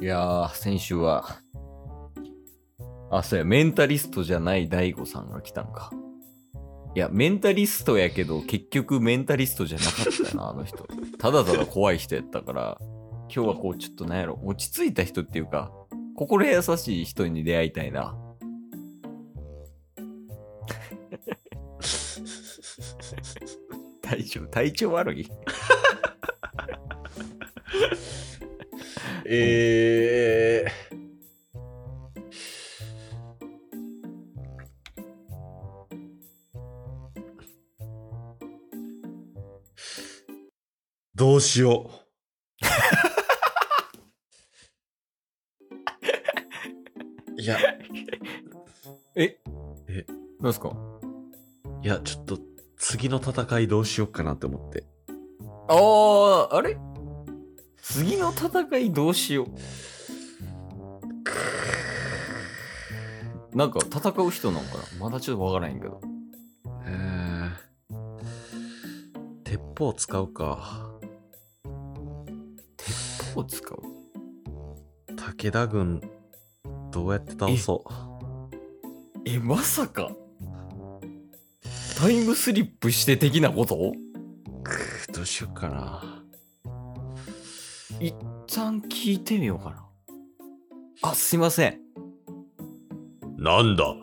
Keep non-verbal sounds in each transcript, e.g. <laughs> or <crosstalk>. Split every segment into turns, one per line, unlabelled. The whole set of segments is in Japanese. いやー、先週は。あ、そうや、メンタリストじゃない大悟さんが来たんか。いや、メンタリストやけど、結局メンタリストじゃなかったよな、あの人。ただただ怖い人やったから、今日はこう、ちょっとなんやろ、落ち着いた人っていうか、心優しい人に出会いたいな。体調、体調悪い
<laughs> えどうしよう。いや、
なんすか
いや、ちょっと次の戦いどうしようかなって思って。
ああ、あれ次の戦いどうしよう。なんか戦う人なのかなまだちょっとわからへんけど。
えー鉄砲使うか。
どう使う
武田軍、どうやって倒そう。
え、まさかタイムスリップして的なこと
どうしようかな。
一旦聞いてみようかな。あ、すいません。
なんだ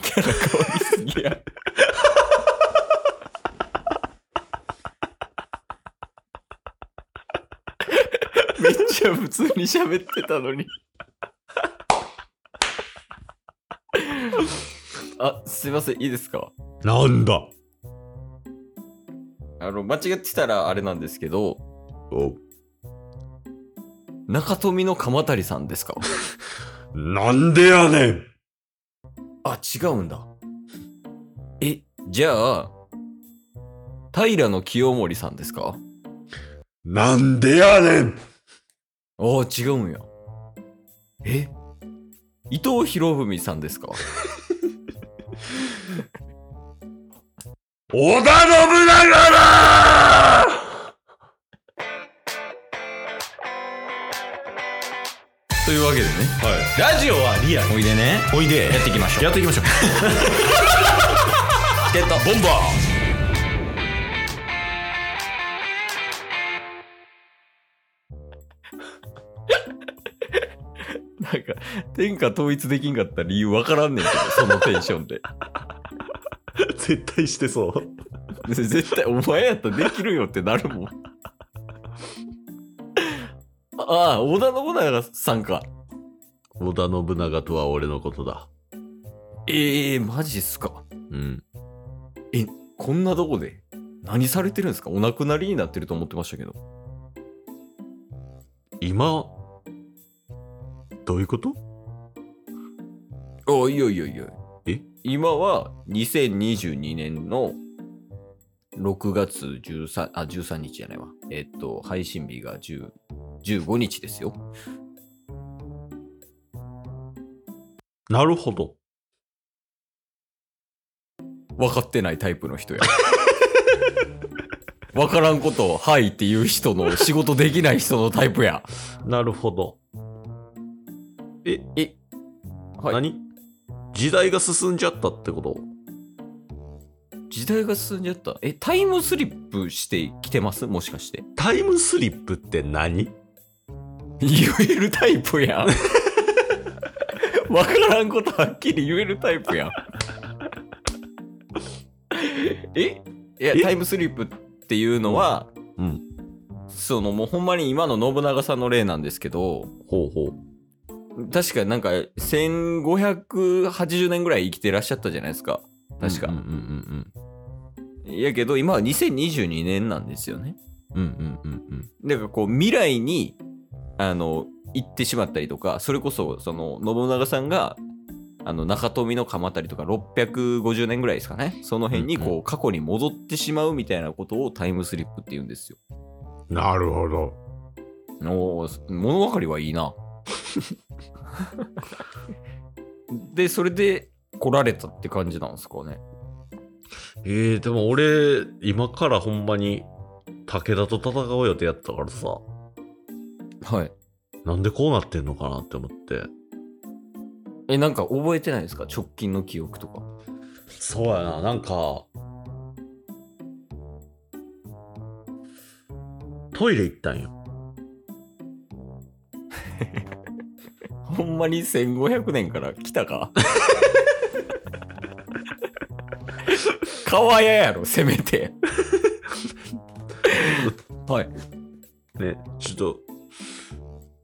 キャラ変わりすぎや。めっちゃ普通に喋ってたのに。 <laughs> あ、すいません、いいですか
なんだ
あの、間違ってたらあれなんですけど、
お
中富の鎌足さんですか
なんでやねん
あ、違うんだ。え、じゃあ、平の清盛さんですか
なんでやねん
ああ、違うんや。え伊藤博文さんですか
織田信長だ
というわけでね、
はい。ラジオはリア
おいでね、
おいで。
やっていきましょう。
っていきましょう。
ってた。
ボンバ
なんか、天下統一できんかった理由わからんねんけど、そのテンションで。 <laughs>
ー <laughs> 絶対してそう。
絶対、お前やったらできるよってなるもん。 <laughs> ああ、織田信長さんか。
織田信長とは俺のことだ。
ええー、マジっすか。
うん。
え、こんなとこで何されてるんですかお亡くなりになってると思ってましたけど。
今、どういうこと
ああ、いやいやいや。
え
今は2022年の6月13、あ、13日じゃないわ。えっと、配信日が10 15日ですよ。
なるほど。
分かってないタイプの人や。分からんことを、はいっていう人の、仕事できない人のタイプや。
なるほど。え、
え、はい
何時代が進んじゃったってこと
時代が進んじゃった。え、タイムスリップしてきてますもしかして。
タイムスリップって何
言えるタイプやん。わからんことはっきり言えるタイプやん。えいや
え
タイムスリップっていうのは、
うん。
そのもうほんまに今の信長さんの例なんですけど、
ほうほう。
確かなんか1580年ぐらい生きてらっしゃったじゃないですか。確か。
うんうん
やけど今は2022年なんですよね。
うんうん。うんうんうん
なんかこう未来にあの行ってしまったりとかそれこそその信長さんがあの中富の鎌足りとか650年ぐらいですかねその辺にこう、
うん
過去に戻ってしまうみたいなことをタイムスリップって言うんですよ。
うん。なるほど。
おー物分かりはいいな。でそれで来られたって感じなんですかね。
えー、でも俺、今からほんまに武田と戦う予定やったからさ、
はい。
なんでこうなってんのかなって思って。
え、なんか覚えてないですか直近の記憶とか。
そうやな、なんか、トイレ行ったん <laughs> よ。
ほんまに1500年から来た <laughs> か川屋やろ、せめて。はい。
ね、ちょっと、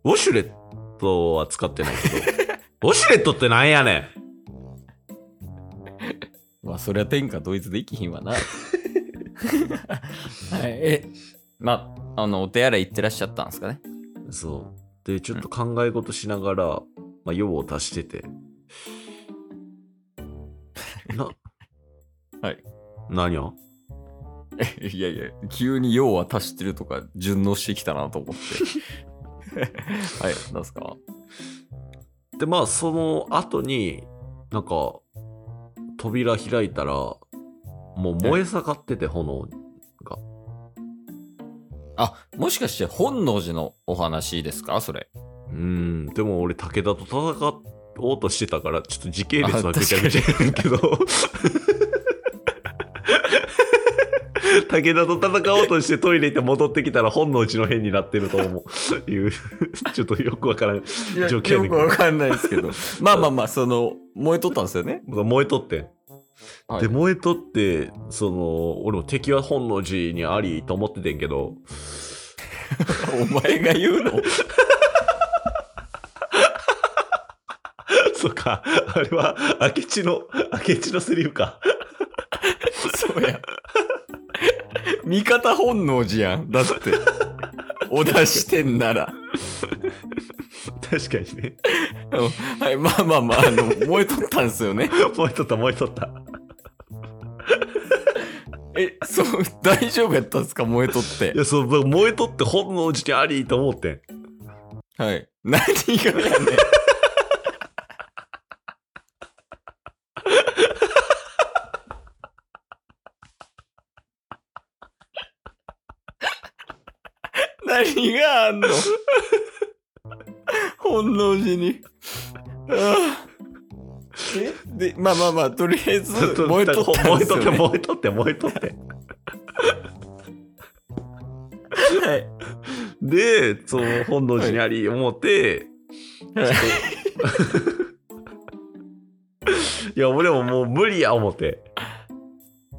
ウォシュレットは使ってない
<laughs>
けど、ウォシュレットってなんやねん
まあ、そりゃ天下統一できひん <laughs> わな。はい、え、まあ、あの、お手洗い行ってらっしゃったんですかね。
そう。で、ちょっと考え事しながら、まあ、用を足して
<laughs>
て。な、
はい。
何を
<laughs> いやいや、急に用は足してるとか順応してきたなと思って。 <laughs> はい、なんすか
で、まあ、その後に、なんか、扉開いたら、もう燃え盛ってて、炎に。
あ、もしかして本能寺のお話ですかそれ。
うーん、でも俺、武田と戦おうとしてたから、ちょっと時系列はぐちゃぐちゃや
<laughs>
けど。武田と戦おうとしてトイレ行って戻ってきたら本能寺の変になってると思う。いう、ちょっとよくわからん。
いや
条件
よ
で
くわかんないですけど。 <laughs> まあまあまあ、その、燃えとったんですよ <laughs> ね。
燃えとってん。
はい
で、燃えとって、その、俺も敵は本能寺にありと思っててんけど、 <laughs>
お前が言うの
そっか、あれは明智の、明智のセリフか。
そうや。味方本能寺やん。だって。お出してんなら。
確かにね。
うんはい、まあまあまあ、あの、燃えとったんですよね。
燃えとった、燃えとった。
え、そう、大丈夫やったんですか燃えとって
い。や、そう、燃えとって本能寺にありと思ってん。
はい。何がやねん。何があんの本能寺に。ああえで、まあまあまあ、とりあえず
ずっと
燃えとったんで
燃え
すよ、
とっ
ね。
て、燃えとって、燃えとって。
はい
で、その本能寺にあり思って、
はい
いや、俺ももう無理や思って。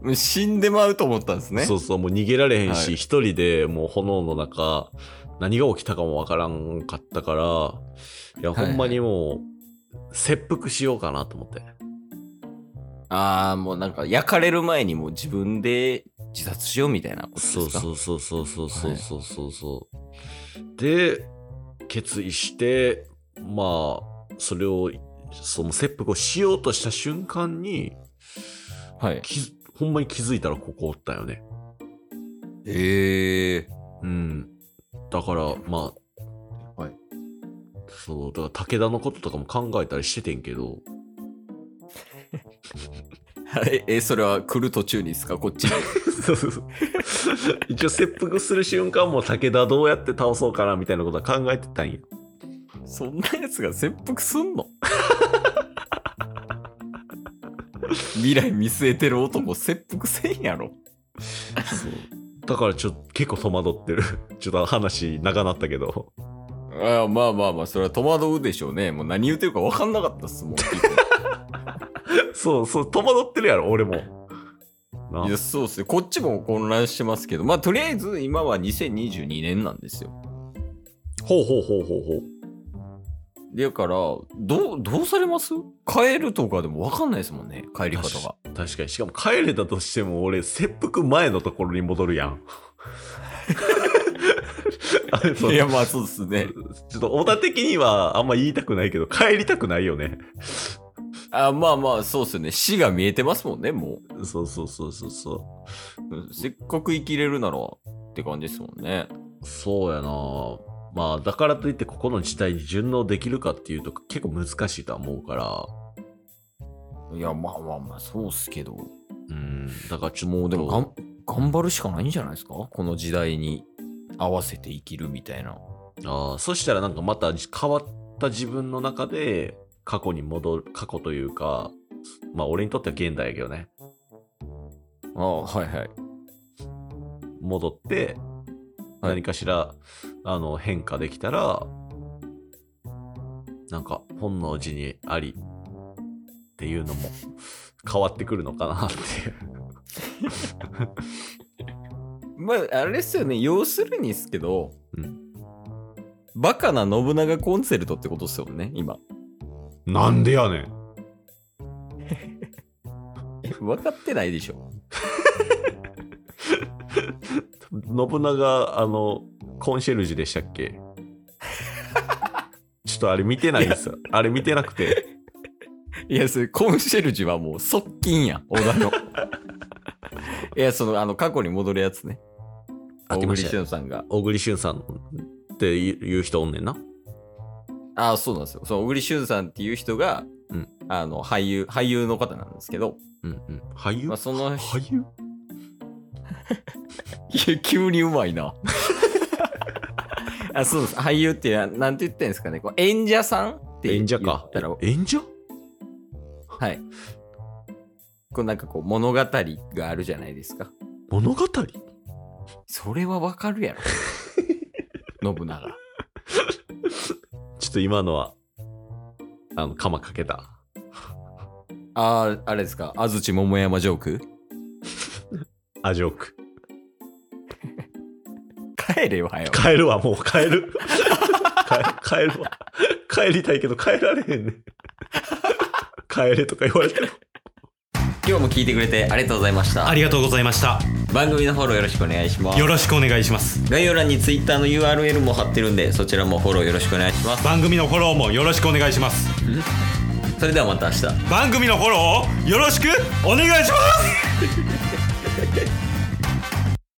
もう死んでまうと思ったんですね。
そうそう、もう逃げられへん
はい
し、一、人でもう炎の中、何が起きたかもわからんかったから、いや、
はいはい
ほんまにもう、切腹しようかなと思って。
ああ、もうなんか焼かれる前にもう自分で自殺しようみたいなことですか
そうそうそうそうそうそうそうそうそう、で、決意して、まあ、それを、その切腹をしようとした瞬間に、
はい。
気づほんまに気づいたらここおったよね。
ええ
うん。だから、まあ、
はい。
そう、だから武田のこととかも考えたりしててんけど、
はい。え、それは来る途中にですかこっちに。 <laughs>
そうそう <laughs> そう。一応切腹する瞬間も武田どうやって倒そうかなみたいなことは考えてたんよ。
そんなやつが切腹すんの <laughs> 未来見据えてる男切腹せんやろ。
そう。だからちょっと結構戸惑ってる。 <laughs> ちょっと話長なったけど。 <laughs>
ああまあまあまあ、それは戸惑うでしょうね。もう何言ってるか分かんなかったっすもん。
そうそう、戸惑ってるやろ、俺も。ない
や、そうっすよ。こっちも混乱してますけど、まあとりあえず今は2022年なんですよ。
ほうほうほうほうほう。
だから、どう、どうされます帰るとかでも分かんないですもんね、帰り方が。
確かに。しかも帰れたとしても、俺、切腹前のところに戻るやん。 <laughs> あれそう
いや、まあそうですね。
ちょっと小田的にはあんま言いたくないけど、帰りたくないよね。
あまあまあ、そうですね。死が見えてますもんね、も。
そうそうそうそうそう
うんせっかく生きれるなら、って感じですもんね。
う。そうやなまあ、だからといってここの事態に順応できるかっていうと結構難しいとは思うから。
いや、まあまあまあ、そうっすけど。
うん。だからちょっと
もうでもがん、頑張るしかないんじゃないですかこの時代に合わせて生きるみたいな。
ああ、そしたらなんかまた変わった自分の中で過去に戻る、過去というか、まあ俺にとっては現代やけどね、
ああ、はいはい。
戻って
はい
何かしら、あの変化できたら、なんか本能寺にありっていうのも変わってくるのかなっていう。
まあ、あれですよね、要するにですけど、
うん
バカな信長コンセルトってことですよね、今。
<laughs> なんでやねん。
分かってないでしょ。
信長、あの、コンシェルジュでしたっけ <laughs> ちょっとあれ見てないんですよ。あれ見てなくて。
いや、それコンシェルジュはもう側近やん、織田
<laughs>
の。いや、その、あの、過去に戻るやつね。
あ
小
出ま
栗
したよ
旬さんが。
小栗旬さんっていう人おんねんな。
ああ、そうなんですよ。その小栗旬さんっていう人が、
うん
あの、俳優、俳優の方なんですけど、
うんうん。俳優、
まあ、その、い
俳優
や、急にうま <laughs> い
<laughs>
な。あそうです。俳優っていうのは、なんて言ってんですかね。こう演者さんって言
演
った
者
ら
か。演者
はい。こうなんかこう物語があるじゃないですか。
物語
それはわかるや
<laughs>
ろ。信長。
ちょっと今のは、あの、鎌かけた。
ああ、あれですか。安土桃山ジョーク
あ、ジョーク。
帰れよ、はよ。
帰るわ、もう帰る。 <laughs> 帰帰るわ。帰りたいけど帰られへんねん。帰れとか言われても。
今日も聞いてくれてありがとうございました
あ。りがとうございました。
番組のフォローよろしくお願いします
よ。ろしくお願いします。
概要欄に Twitter の URL も貼ってるんで、そちらもフォローよろしくお願いします。
番組のフォローもよろしくお願いします。
それではまた明日。
番組のフォローをよろしくお願いします